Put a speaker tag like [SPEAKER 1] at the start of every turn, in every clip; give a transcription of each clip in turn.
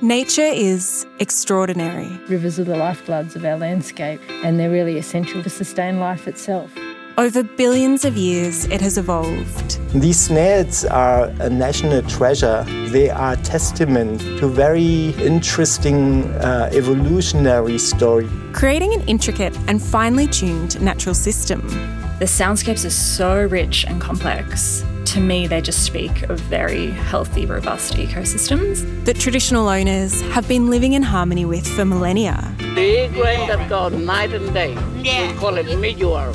[SPEAKER 1] Nature is extraordinary.
[SPEAKER 2] Rivers are the lifebloods of our landscape and they're really essential to sustain life itself.
[SPEAKER 1] Over billions of years, it has evolved.
[SPEAKER 3] These snails are a national treasure. They are testament to very interesting uh, evolutionary story.
[SPEAKER 1] Creating an intricate and finely tuned natural system.
[SPEAKER 4] The soundscapes are so rich and complex. To me, they just speak of very healthy, robust ecosystems.
[SPEAKER 1] That traditional owners have been living in harmony with for millennia.
[SPEAKER 5] Big rain that goes night and day. Yeah. We call it meteor.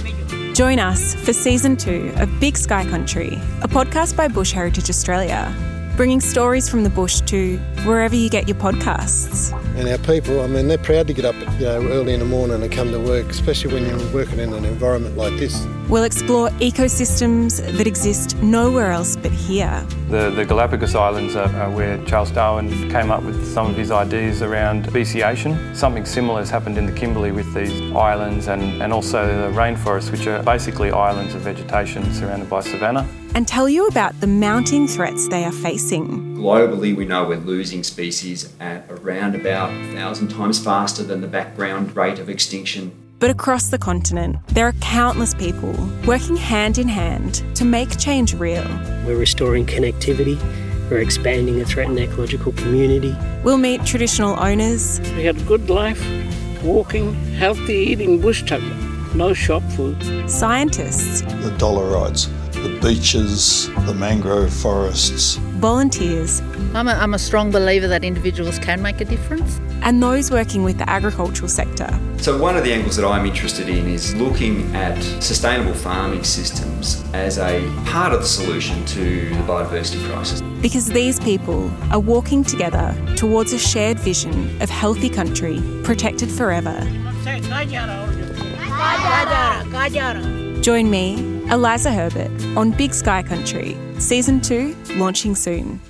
[SPEAKER 1] Join us for season two of Big Sky Country, a podcast by Bush Heritage Australia, bringing stories from the bush to wherever you get your podcasts.
[SPEAKER 6] And our people, I mean, they're proud to get up, you know, early in the morning and come to work, especially when you're working in an environment like this.
[SPEAKER 1] We'll explore ecosystems that exist nowhere else but here.
[SPEAKER 7] The, the Galapagos Islands are, are where Charles Darwin came up with some of his ideas around speciation. Something similar has happened in the Kimberley with these islands and, and also the rainforests, which are basically islands of vegetation surrounded by savanna
[SPEAKER 1] and tell you about the mounting threats they are facing.
[SPEAKER 8] Globally, we know we're losing species at around about 1,000 times faster than the background rate of extinction.
[SPEAKER 1] But across the continent, there are countless people working hand in hand to make change real.
[SPEAKER 9] We're restoring connectivity. We're expanding a threatened ecological community.
[SPEAKER 1] We'll meet traditional owners.
[SPEAKER 10] We had a good life, walking, healthy eating bush tucker, no shop food.
[SPEAKER 1] Scientists.
[SPEAKER 11] The Dollarites the beaches, the mangrove forests.
[SPEAKER 1] Volunteers.
[SPEAKER 12] I'm a, I'm a strong believer that individuals can make a difference.
[SPEAKER 1] And those working with the agricultural sector.
[SPEAKER 8] So, one of the angles that I'm interested in is looking at sustainable farming systems as a part of the solution to the biodiversity crisis.
[SPEAKER 1] Because these people are walking together towards a shared vision of healthy country protected forever. Join me, Eliza Herbert on Big Sky Country, Season 2, launching soon.